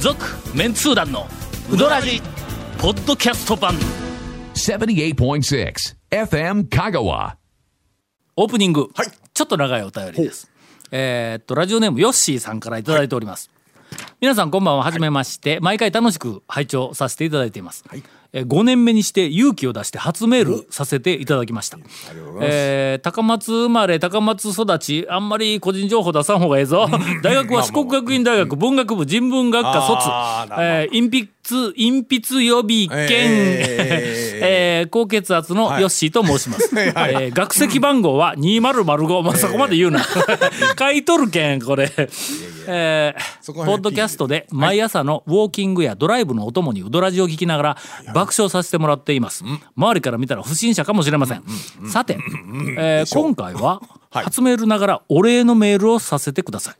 続メンツー団のウドラジポッドキャスト版78.6 FM Kagawa. オープニング、はいちょっと長いお便りですえーっとラジオネームヨッシーさんからいただいております、皆さんこんばんははじめまして、毎回楽しく拝聴させていただいています、えー、5年目にして勇気を出して初メールさせていただきました、えー高松生まれ高松育ちあんまり個人情報出さん方がええ ぞ大学は四国学院大学文学部人文学科あー卒なるほどえー鉛筆鉛筆予備兼、えー えー高血圧のヨッシーと申します。えー学籍番号は2005、まあ、そこまで言うな。買い取るけん、これ。えーそポこら辺ッドキャストで毎朝のウォーキングやドライブのお供にウドラジを聞きながら爆笑させてもらっています。周りから見たら不審者かもしれません。さて、えー今回ははい初メールながらお礼のメールをさせてください。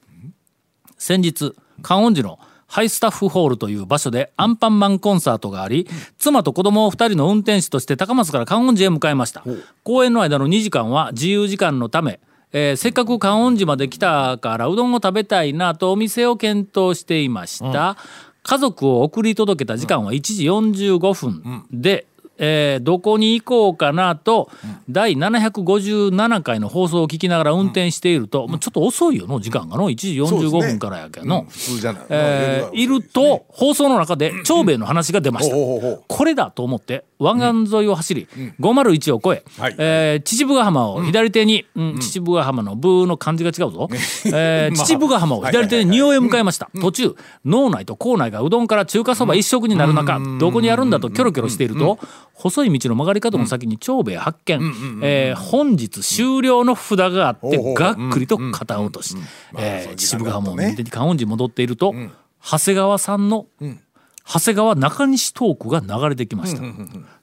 先日観音寺のハイスタッフホールという場所でアンパンマンコンサートがあり妻と子供を2人の運転手として高松から観音寺へ向かいました公演の間の2時間は自由時間のため、えーせっかく観音寺まで来たからうどんを食べたいなとお店を検討していました、家族を送り届けた時間は1時45分で、えーどこに行こうかなと、第757回の放送を聞きながら運転していると、もうちょっと遅いよの時間がの1時45そうです分ねからやけどの、普通じゃない。えーいると放送の中で長兵衛の話が出ました、ほうほうほうこれだと思って湾岸沿いを走り、501を越え、はいえー秩父ヶ浜を左手に、うん秩父ヶ浜の「ブー」の漢字が違う ぞ、えー秩父ヶ浜を左手に仁王へ向かいました、途中脳内と校内がうどんから中華そば一色になる中、どこにあるんだとキョロキョロしていると、細い道の曲がり角の先に長兵衛発見、えー本日終了の札があって、ほうがっくりと肩落とし、えー秩父ヶ浜を右手に観音寺に戻っていると、長谷川さんの、長谷川中西トークが流れてきました、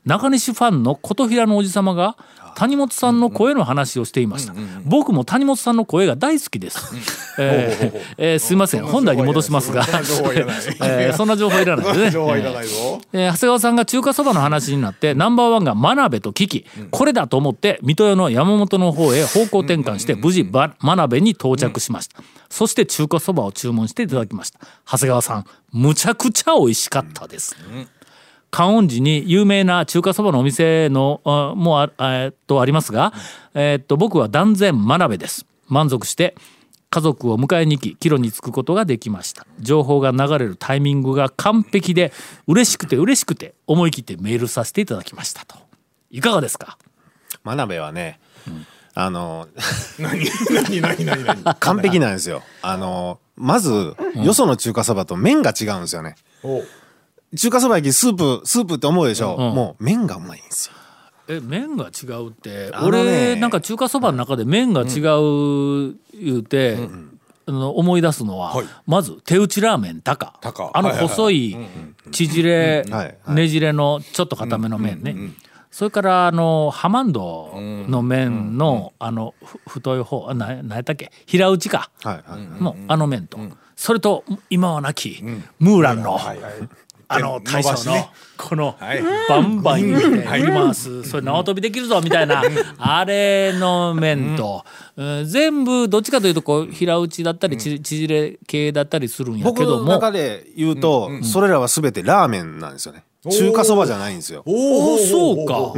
中西ファンの琴平のおじさまが谷本さんの声の話をしていました、僕も谷本さんの声が大好きです、えーえーすいません本題に戻しますがそんな情報いらない えーそんな情報いらないですね 情報はいらないぞ。えー長谷川さんが中華そばの話になってナンバーワンが真鍋と聞き、これだと思って水戸屋の山本の方へ方向転換して無事ば真鍋に到着しました、そして中華そばを注文していただきました長谷川さんむちゃくちゃ美味しかったです、観音寺に有名な中華そばのお店のあもうあえーっとありますが、えーっと僕は断然真鍋です満足して家族を迎えに行き帰路に着くことができました情報が流れるタイミングが完璧で嬉しくて嬉しくて思い切ってメールさせていただきましたといかがですか真鍋はね、あの何何何何何。 完璧なんですよあのまず、よその中華そばと麺が違うんですよねおう中華そば焼きスープスープって思うでしょ、もう麺がうまいんですよえ麺が違うってあのね俺なんか中華そばの中で麺が違う言うて、あの思い出すのは、はいまず手打ちラーメン高タカあのはいはいはい細い縮れはいはいねじれのちょっと固めの麺ね、それからあのハマンドの麺のあのふ太い方あな何やったっけ平打ちかはいはい、のあの麺と、それと今はなきムーランの。はいはい。あの大将伸ばしのねこのはいバンバン言って振り回すそれ縄跳びできるぞみたいなあれの面とうん全部どっちかというとこう平打ちだったりち縮れ系だったりするんや僕けどのも中で言うと、それらは全てラーメンなんですよね中華そばじゃないんですよおおそうかほうほうほうほ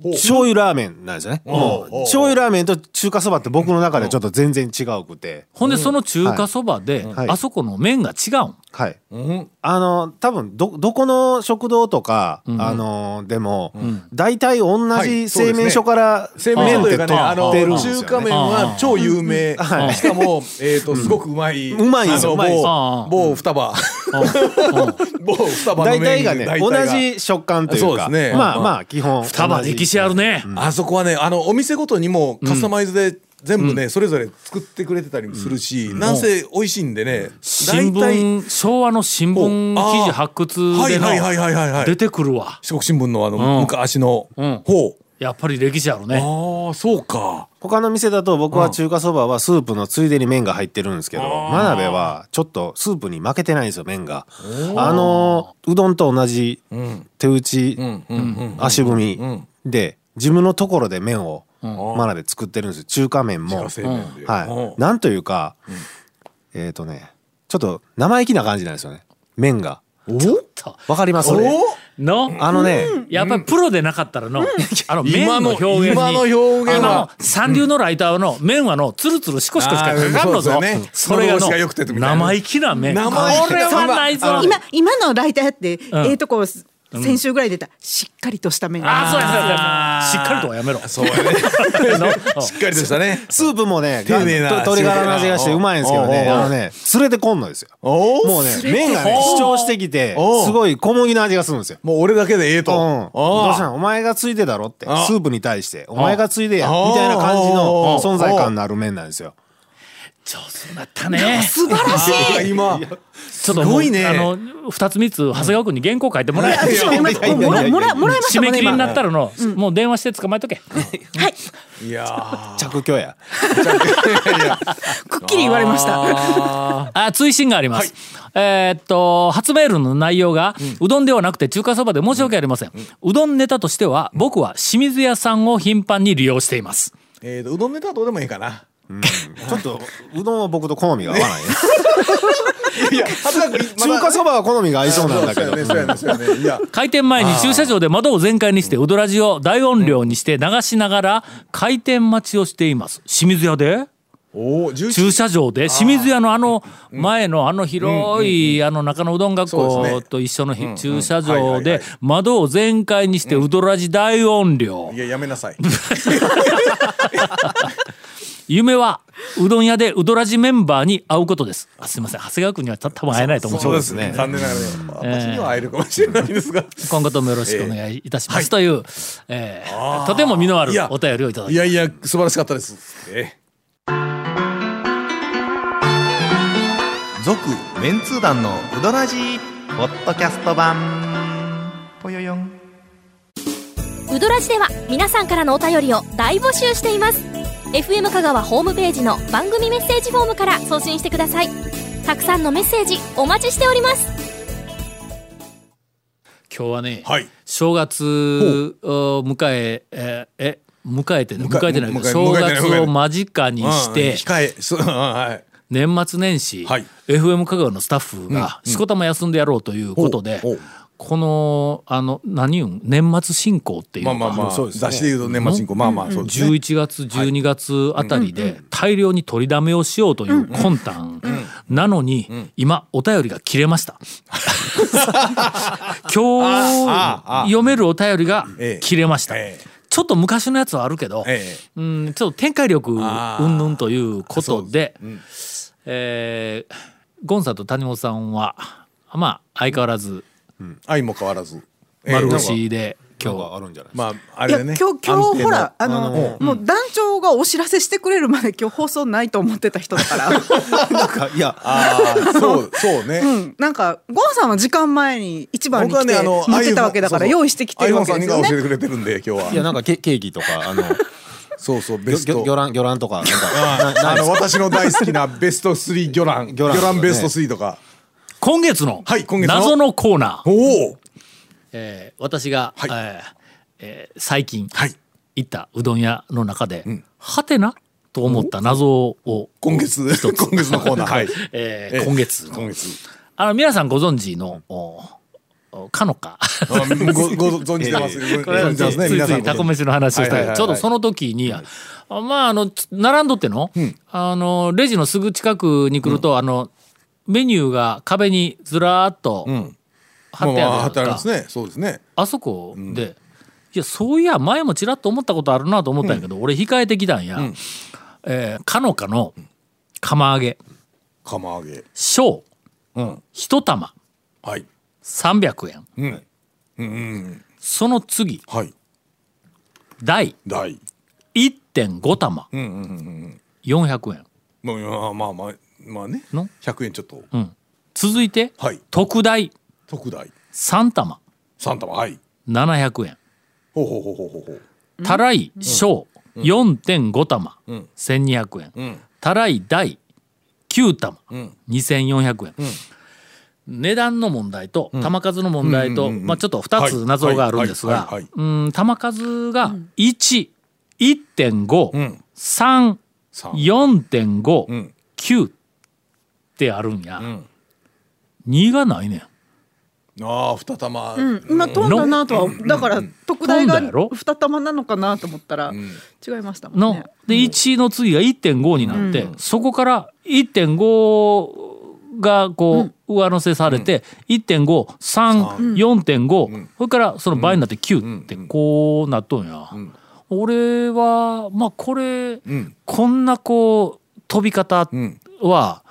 うほう醤油ラーメンなんですよねもう醤油ラーメンと中華そばって僕の中でちょっと全然違うくてほんでその中華そばではいあそこの麺が違うんはいうん。あの多分どどこの食堂とか、あのでも、大体同はいじそう製ですね麺所から製麺麺っとていう取かっね、あのてるんですよ、ね、中華麺は超有名。しかもえっとすごくうまい。うまいんあですよのうまいんですよ某某双葉。 某双葉の大体麺がね同。じ食感というかそうですねまあうんまあ基本双葉歴史あるねあそこはねあのお店ごとにもカスタマイズで全部ね、それぞれ作ってくれてたりもするし、なんせ美味しいんでね、新聞昭和の新聞お記事あー発掘はいではいはいのはいはいはい出てくるわ四国新聞のあの、うん昔の、うんほうやっぱり歴史あるねああそうか他の店だと僕は中華そばはスープのついでに麺が入ってるんですけど真鍋はちょっとスープに負けてないんですよ麺があのうどんと同じ手打ちうんうんうん足踏みで自分のところで麺を真鍋作ってるんですよ中華麺も自家製麺で、はいなんというかえっとねちょっと生意気な感じなんですよね麺がおちょっとわかりますそれおのあのね、やっぱりプロでなかったらの、あの麺の今の表現に今の表現はあの三流のライターの麺はのつるつるしこしこしかあかーかんのそぞうですよねそれが喉越しがの良くてみたいな生意気な麺こ生意気なれはないぞ今今のライターって、んええとこ先週ぐらい出たしっかりとした麺あーそうやそうやそうあやーしっかりとはやめろ そうやね しっかりとしたねスープもね丁寧なと鶏ガラの味がしてうまいんですけどねおうおうあのね連れてこんのですよおおもうね麺がね主張してきておうすごい小麦の味がするんですよもう俺だけでええうとん、どうしたのお前がついてだろってスあープに対してお前がついてやあみたいな感じあの存在感のある麺なんですよ上手になったね素晴らしあーい今ちょっとすもうごいねあの2つ3つ長谷川君に原稿書いてもらえいやいや今もらもらもらいました締もめんね切りになったら今のもう電話して捕まえとけはいいやー着去やくっきり言われましたあ あ追伸があります、えーっと初メールの内容が、うどんではなくて中華そばで申し訳ありません、うどんネタとしては僕は清水屋さんを頻繁に利用していますーえーとうどんネタはどうでもいいかなちょっとうどんは僕と好みが合わないねいや 中中華そばは好みが合いそうなんだけどそうやねそうやねそうやねいや開店前に駐車場で窓を全開にしてうどらじを大音量にして流しながら開店待ちをしています清水屋でおお11駐車場で清水屋のあの前のあの広いあの中野うどん学そうです校ねと一緒のひ駐車はいは場いはでい窓を全開にしてうどらじ大音量いややめなさい夢はうどん屋でうどらじメンバーに会うことですあすいません長谷川君にはた多分会えないと思う そううでですね残念ながらね私には会えるかもしれないですが今後ともよろしくお願いいたしますという、えーとても実のあるいやお便りをいただきいやいや素晴らしかったですええ続メンツー団のウドラジーポッドキャスト版ぽよよんウドラジでは皆さんからのお便りを大募集しています FM 香川ホームページの番組メッセージフォームから送信してくださいたくさんのメッセージお待ちしております今日はね、はい正月を迎ええーえ迎えてね迎え迎えてないけど正迎え迎えてない月を間近にしうんうんて控えそううんはい年末年始、はい FM 香川のスタッフがしこたま休んでやろうということで、ほうほうこのあの何言うん年末進行っていうまのあか、まあまあそうですね雑誌で言うと年末進行まあまあそうですね11月12月あたりで大量に取りだめをしようという魂胆なのに今お便りが切れました 今あ日読めるお便りがええ切れましたええちょっと昔のやつはあるけどええうんちょっと展開力あーうんぬんということでえーゴンさんと谷本さんはまあ相変わらず愛も変わらずええ丸なんか腰で今今日日はあるんじゃないまああいれやで今ね日今日ほらああののもう団長がお知らせしてくれるまで今日放送ないと思ってた人 だからなんかいやああ そうそうねうん、なんかゴンさんは時間前に一番に僕は来てねあの持ってたわけだから用意してきてるわけですよアイフォンさんが教えね。てくれてるんで今い日やはなんかケケーキとか あのそうそうベ魚スト魚卵魚卵とかなんかなあの私の大好きなベスト3魚卵魚魚卵卵ベスト3とか今月のはい今月の謎のコーナーおおえー私が、はいえーえー最近、はい行ったうどん屋の中で、はてなと思った謎を今月今月のコーナーはいえーええ今月の今月あの皆さんご存知のおおかのか。あごご存じてます ごこれ存じてますねつい皆つさいんタコ飯の話をしたけはいはどいはいはいちょうどその時に、あまああのつ並んどっての,、あのレジのすぐ近くに来ると、あのメニューが壁にずらーっと貼ってまあまあある貼ってとありかますねそうですねあそこで、いやそういや前もちらっと思ったことあるなと思ったんやけど、俺控えてきたんや、えーかのかの釜揚げ釜揚げ小うん一玉はい300円うんその次はい第大1.5玉、400円まあまあまあまあねの100円ちょっと続いて、はい特大特大3玉3玉はい700円ほうほうほうほうほうほうたらい小4.5玉、1200円、たらい大9玉、2400円、値段の問題と玉数の問題と、まあ、ちょっと2つ謎があるんですがはいはいはいうん玉数が11.534.5、ん3三4.5ん9ってあるんや、2がないねんああ二玉、うん、今飛んだなとはだから特大飛がんだやろ二玉なのかなと思ったらん違いましたもんのね。で1の次が1.5になって、そこから1.5がこう上乗せされて、1.534.5、それからその倍になって9ってこうなっとんや、俺はまあこれ、んこんなこう飛び方んは、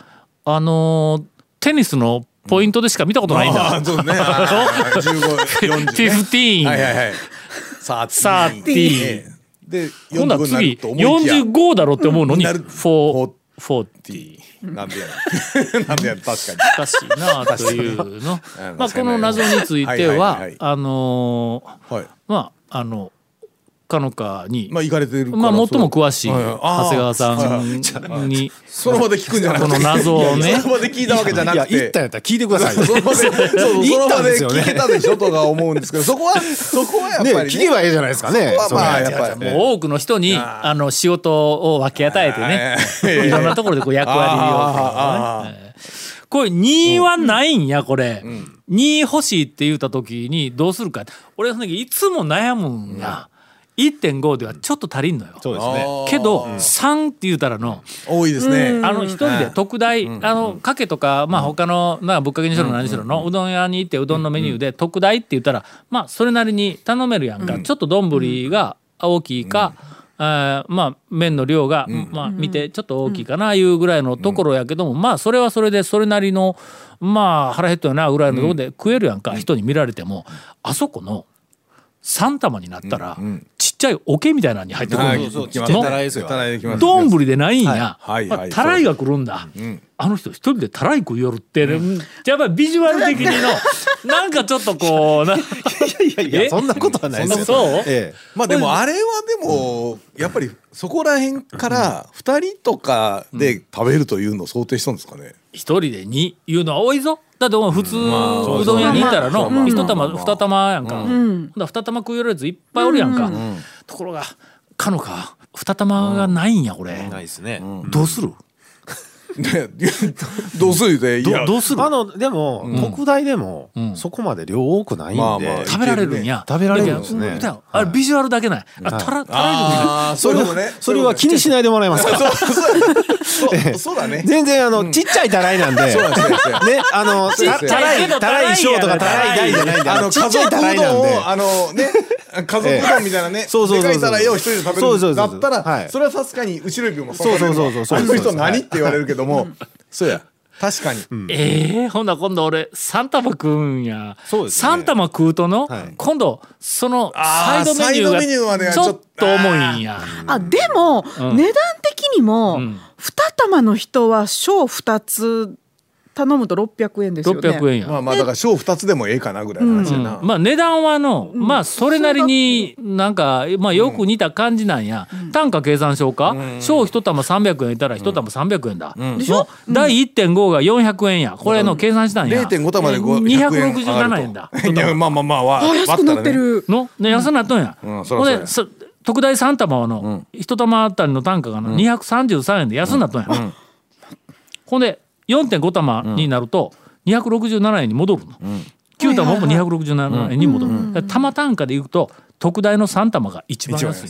あのーテニスのポイントでしか見たことないんだ、ああそうね十五 四十15、はいはいはいサーティ30で今度は45にな次ると思いきや45だろって思うのになる4 40なんでやななんで やな確かにおかしいな あというのうんまあこの謎についてはいはいはいははいあのーはいまああのかのかにまあ行かれてるからまあそう最も詳しいは長はあー谷川さはい んにその場で聞くんじゃなくてこの謎をね その場で聞いたわけじゃなくいや言てったんやったら聞いてくださいその場でそうそうそ言のった場んでですよね聞けたでしょとか思うんですけどそこはそこはやっぱねりね聞けばええじゃないですかねまあまあそれやっぱりもう多くの人にあーあの仕事を分け与えてねはい いろんなところでこう役割をあーあーあーこれ2はないんやこれ2欲しいって言った時にどうするか俺その時いつも悩むんや1.5ではちょっと足りんのよそうですねけど3って言うたらの多いですねあの一人で特大あのかけとかまあ他のなぶっかけにしろ何にしろのうどん屋に行ってうどんのメニューで特大って言ったらまあそれなりに頼めるやんかちょっと丼が大きいかあーまあ麺の量がまあ見てちょっと大きいかないうぐらいのところやけどもまあそれはそれでそれなりのまあ腹減ったよなぐらいのところで食えるやんか人に見られてもあそこの3玉になったらちっちゃい桶みたいなのに入ってくるはのいそうそう来ちっまちゃいのたらいですよたらいできますどんぶりでないんや。はいはいまあはいたらいが来るんだ。あの人一人でたらい食いよるって、ねやっぱりビジュアル的にの、なんかちょっとこう、な、いやいえやそんなことはないですよそんなことええまあでもあれはでもやっぱりそこら辺から二人とかで食べるというのを想定したんですかね。一人で2いうのは多いぞ。だってお前普通、あうどん屋にいたらそうまあまの、あ一まあ玉、まあ二玉やんか。ほんだら二玉食いよるやついっぱいおるやんか。ところが、かのか、二玉がないんや、これ。ないですね、どうするでどうするでいどやどうするあのでも、特大でも、んそこまで量多くないんで、まあまあ食べられるんや。食べられるんですねいやそうだよあれビジュアルだけない。あ、たら、たらいのみたいなあーそそれれもはねそれは気にしないでもらえますかそらうそうそうそうだね。全然あの、ちっちゃいたらいなんでそうなんですよそうなんねあのたちっちゃいけどたらい小とかたらい大じゃないんでああののち家っちゃ族いうたらいなどんんでをあの ね家族うどんみたいなねそうそうそうそうでかいたらいを一人で食べそうそるうんだそうそうったはらいそれは確かに後ろ指も刺されるそうそうそうそうあの人は何いって言われるけ どもそうや確かにええほんなら今度俺3玉食うんやそうですね3玉食うとの、はい今度そのサあイードメニュサイドメニューーまでがちはちょっょとっと重いんやあでも、ん値段的にも、ん二玉の人は小二つ頼むと600円ですよね。 600円や、まあまあだから小二つでもええかなぐらいの話やなうんまあ値段はの、まあそれなりになんか、まあ、よく似た感じなんや、単価計算しようか小一玉300円いたら一玉300円だ、でしょ、第1.5が400円やこれの計算したんや0.5玉で500円267円だ いやまあまあまああ安くなってる。の、ね、安くなっとんや、うんうんそらほんそうやでそ特大3玉はの、一玉あたりの単価がの233円で安くなっとんや、ほんで4.5玉になると267円に戻るの、9玉も267円に戻る、だから玉単価でいくと特大の3玉が一番安い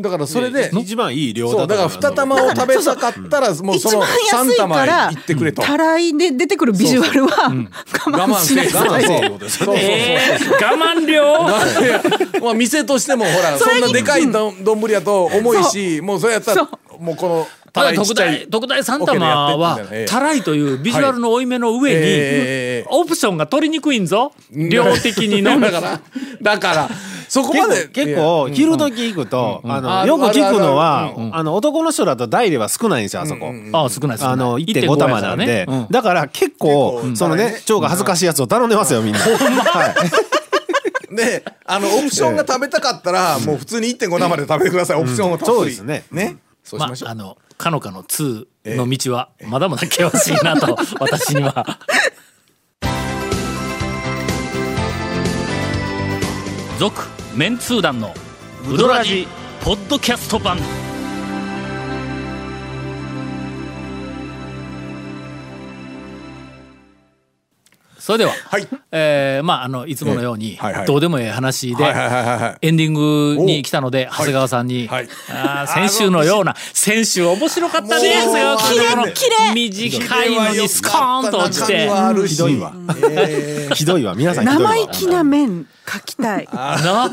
だからそれで一番いい量そうだから二玉を食べたかったらもう一その番安三い玉かへら行ってくれとたらいで出てくるビジュアルは我慢しな我さ慢い。そせえういうことですそうそう そうー我慢量まあ店としてもほらそんなでかいどんどんぶりやと重いしもうそれやったらそもうこのたただらいち特っちゃ大い特大3玉オッケーでやってみたいなはええたらいというビジュアルの負い目の上に、ええオプションが取りにくいんぞ量的にの だからだからそこまで結構結構昼時行くと、あのよく聞くのは、あの男の人だと大入れは少ないんですよあそこ。ああ少ない少ないあの1.5玉なんで、 1.5やからねうんだから結構結構そのうんね腸が恥ずかしいやつを頼んでますよみんな。はいであのオプションが食べたかったらもう普通に1.5生で食べてくださいオプションをたっぷりそうですねそうしまましょうあ、あの、かのかの2の道は、まだまだ険しいなと、 私には。続、メンツー団の、ウドラジ、ポッドキャスト版。それでは、はいえーまああのいつものように、ええはいはいどうでもええ話で、はいはいはいはいはいエンディングに来たので長谷川さんに、はいあー先週のような先週面白かったねもう長谷川君キ短いのにスコーンと落ちてはあるしひどいわえーひどいわ皆さんひどいわ生意気な面書きたい。な、ちょっ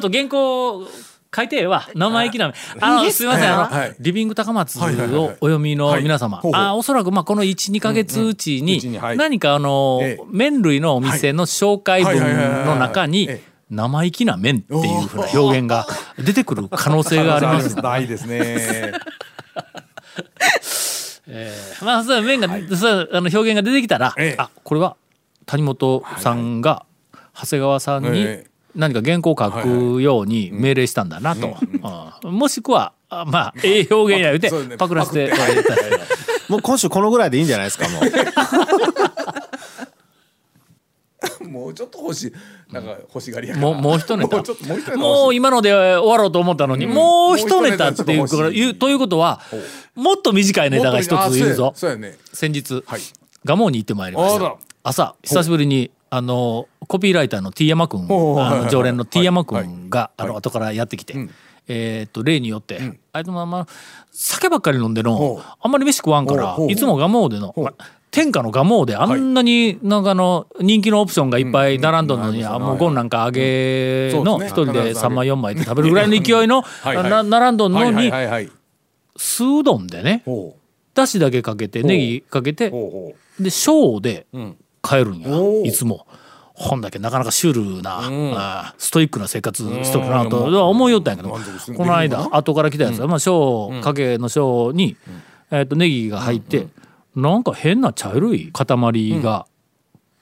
と原稿書いてええわ生意気なあいいのですすかみませんあの、はいリビング高松をはいはいはいはいお読みの皆様、はいほうほうあおそらくまあこの12か月うちにうちにはい何かあの、ええ麺類のお店の紹介文の中にはいはいはいはいはいええ生意気な麺っていうふうな表現が出てくる可能性があります。ないですね。まあ、そういう面が、そうあの表現が出てきたら、ええあこれは谷本さんが長谷川さんにええ何か原稿を書くように命令したんだなと、うんもしくはあまあええ表現や言うてそうですねパクらせて、パクってはいはいはいもう今週このぐらいでいいんじゃないですか もう もうちょっと欲しい。なんか欲しがりやから。もうもう一ネタもうちょっともう一ネタ欲しいもう今ので終わろうと思ったのに、もう一ネタっていうもう一ネタちょっとから欲しいいうということはもっと短いネタが一ついるぞあ。そうやそうやね。先日、はいガモに行ってまいりましあらた朝久しぶりにあのコピーライターの T 山君ほうほうはいはいあはのい常連の T 山君があはいの後からやってきて、んえーっと例によって、あいつもあんま酒ばっかり飲んでほのうあんまり飯食わんかほうらほういつもガモでのほうまあ天下のガモであんなになんかあの人気のオプションがいっぱい並んどんのに、うんうんあもうこんなんか揚げうんそうので一す人ねで必ず3揚げ枚4枚って食べるぐらいの勢いの はいはいな並んどんのはいはいにはいはい。酢うどんでねほだしだけかけてうネギかけてうほで小でうほう。うん。帰るんやおーいつもほんだけなかなかシュールな、うんあーストイックな生活しとるなうんと思いよったんやけど満足するこのでき間るか後から来たやつ、まあ小かけの小に、えー、とネギが入って、なんか変な茶色い塊が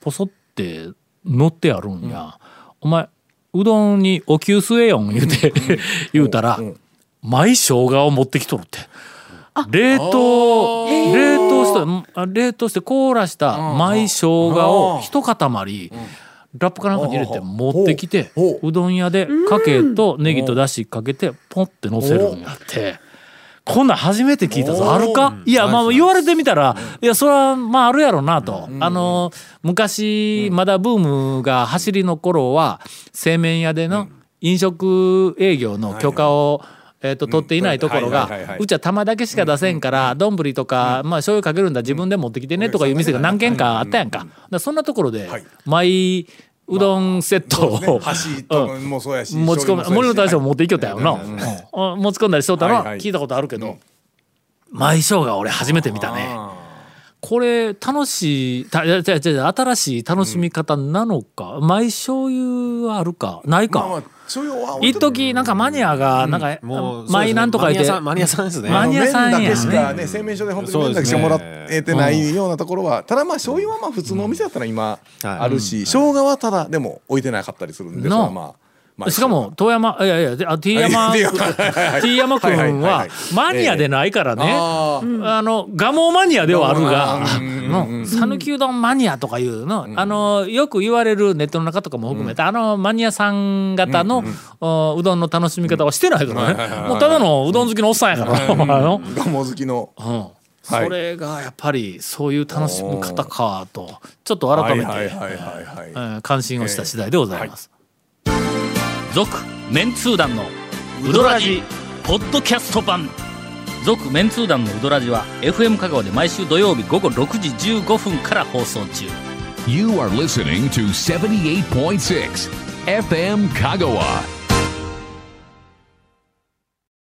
ポソって乗ってあるんや、お前うどんにお灸据えよん言うて 言うたら、毎生姜を持ってきとるって。冷凍冷凍したんあ冷凍して凍らした舞生姜を一塊ラップかなんかに入れてうん持ってきてほうほううどん屋でかけとネギとだしかけてポンってのせるんやって。こんなん初めて聞いたぞあるかいやまあ言われてみたらいやそれはまああるやろなと、あの昔まだブームが走りの頃は製麺屋での飲食営業の許可を、えー、と取っていないところはいはいはいがはいうちは玉だけしか出せんから丼とかまあ醤油かけるんだ自分で持ってきてねとかいう店が何軒かあったやんかだからそんなところではい毎うどんセットそうですねを箸と かもそうやし。持ち込む森の大将も持っていきよったやろな、はいはいはいうん持ち込んだりしとったのははいはい聞いたことあるけど、舞生姜俺初めて見たねこれ楽しいたいや違う違う違う新しい楽しみ方なのか、舞醤油はあるかないか、まあまあちょいは置い一とく時なんかマニアがなんか、もうそうですね舞なんとか言ってマニアさんマニアさんですねマニアさんやね麺だけしかね、製麺所で本当に麺だけしかもらえてないようなところは、ただまあ醤油はまあ普通のお店だったら今はいあるし、生姜はただでも置いてなかったりするんで、なあそれはまあまあ。しかも遠山いやいやであ T 山あいやいやはいはいはいティーヤマはい君はいはいマニアでないからね、あーあのガモマニアではあるがガモマニアうんの讃 岐うどんマニアとかいうの,、あのよく言われるネットの中とかも含めて、あのマニアさん方の、おうどんの楽しみ方はしてないからね、もうただのうどん好きのおっさんやから、 あのガモ好きの。うんはいそれがやっぱりそういう楽しみ方かとちょっと改めて、はいはいはいはいえはい。ー関心をした次第でございます。続、メンツー団のウドラジポッドキャスト版。続メンツー団のウドラジは FM 香川で毎週土曜日午後6時15分から放送中。 You are listening to 78.6 FM Kagawa.